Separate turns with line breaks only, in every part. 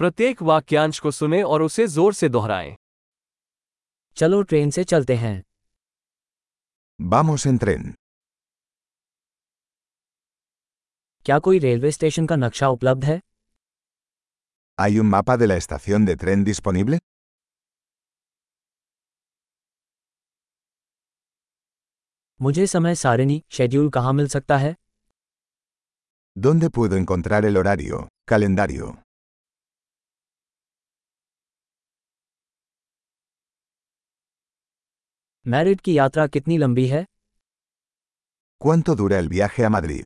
प्रत्येक वाक्यांश को सुने और उसे जोर से दोहराएं
चलो ट्रेन से चलते हैं
Vamos en tren.
क्या कोई रेलवे स्टेशन का नक्शा उपलब्ध है
¿Hay un mapa de la estación de tren disponible?
मुझे समय सारिणी शेड्यूल कहाँ मिल सकता है
¿Dónde puedo encontrar el horario, calendario?
Married की यात्रा कितनी लंबी है
¿Cuánto dura el viaje a Madrid?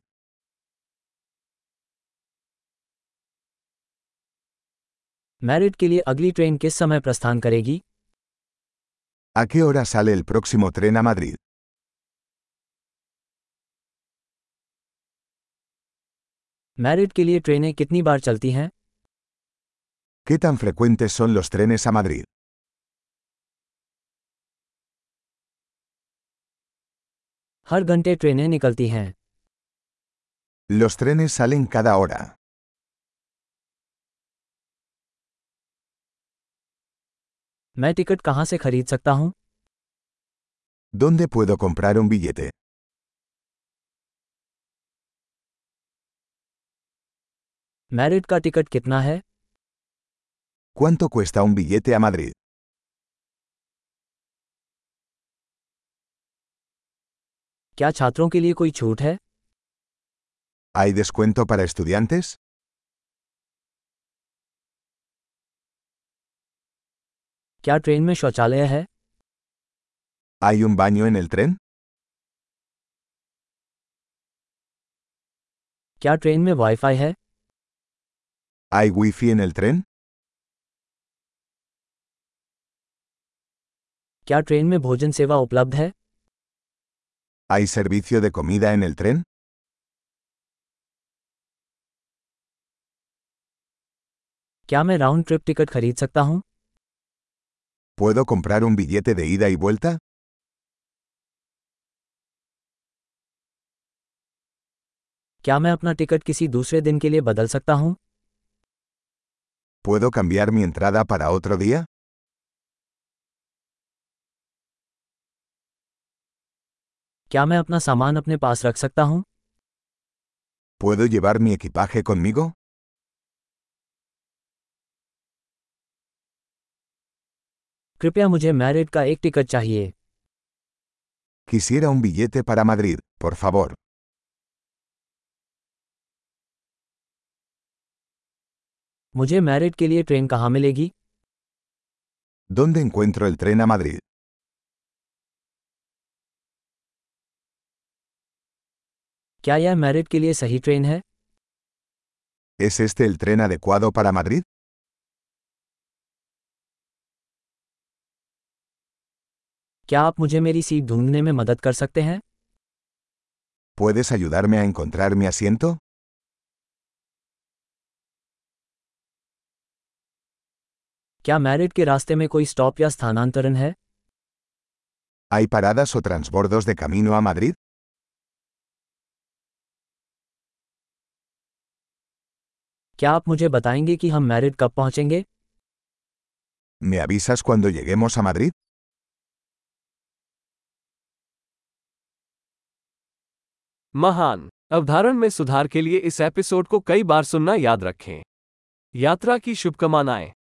Married के लिए अगली ट्रेन किस समय प्रस्थान करेगी
¿A qué hora sale el próximo tren a Madrid?
Married के लिए ट्रेनें कितनी बार चलती हैं
¿Qué tan frecuentes son los trenes a Madrid?
हर घंटे ट्रेनें निकलती हैं
Los trenes salen cada hora.
मैं टिकट कहाँ से खरीद सकता हूँ
¿Dónde puedo comprar un billete?
Madrid का टिकट कितना है
¿Cuánto cuesta un billete a Madrid?
क्या छात्रों के लिए कोई छूट है
¿Hay descuento para estudiantes?
क्या ट्रेन में शौचालय है
¿Hay un baño en el tren?
क्या ट्रेन में वाईफाई है
¿Hay wifi en el tren?
क्या ट्रेन में भोजन सेवा उपलब्ध है
¿Hay servicio de comida en el tren?
क्या मैं राउंड ट्रिप टिकट खरीद सकता हूँ
¿Puedo comprar un billete de ida y vuelta?
क्या मैं अपना टिकट किसी दूसरे दिन के लिए बदल सकता हूँ
¿Puedo cambiar mi entrada para otro día?
क्या मैं अपना सामान अपने पास रख सकता हूँ
¿Puedo llevar mi equipaje conmigo?
कृपया मुझे मैरिड का एक टिकट चाहिए
Quisiera un billete para Madrid, por favor.
मुझे मैरिड के लिए ट्रेन कहाँ मिलेगी
¿Dónde encuentro el tren a Madrid?
क्या यह मैरिड के लिए सही ट्रेन है
¿Es este el tren adecuado para Madrid?
क्या आप मुझे मेरी सीट ढूंढने में मदद कर सकते हैं
¿Puedes ayudarme a encontrar mi asiento?
क्या मैरिड के रास्ते में कोई स्टॉप या स्थानांतरण है
¿Hay paradas o transbordos de camino a Madrid?
क्या आप मुझे बताएंगे कि हम मैरिड कब पहुंचेंगे
¿Me avisas cuando lleguemos a Madrid?
महान अवधारण में सुधार के लिए इस एपिसोड को कई बार सुनना याद रखें यात्रा की शुभकामनाएं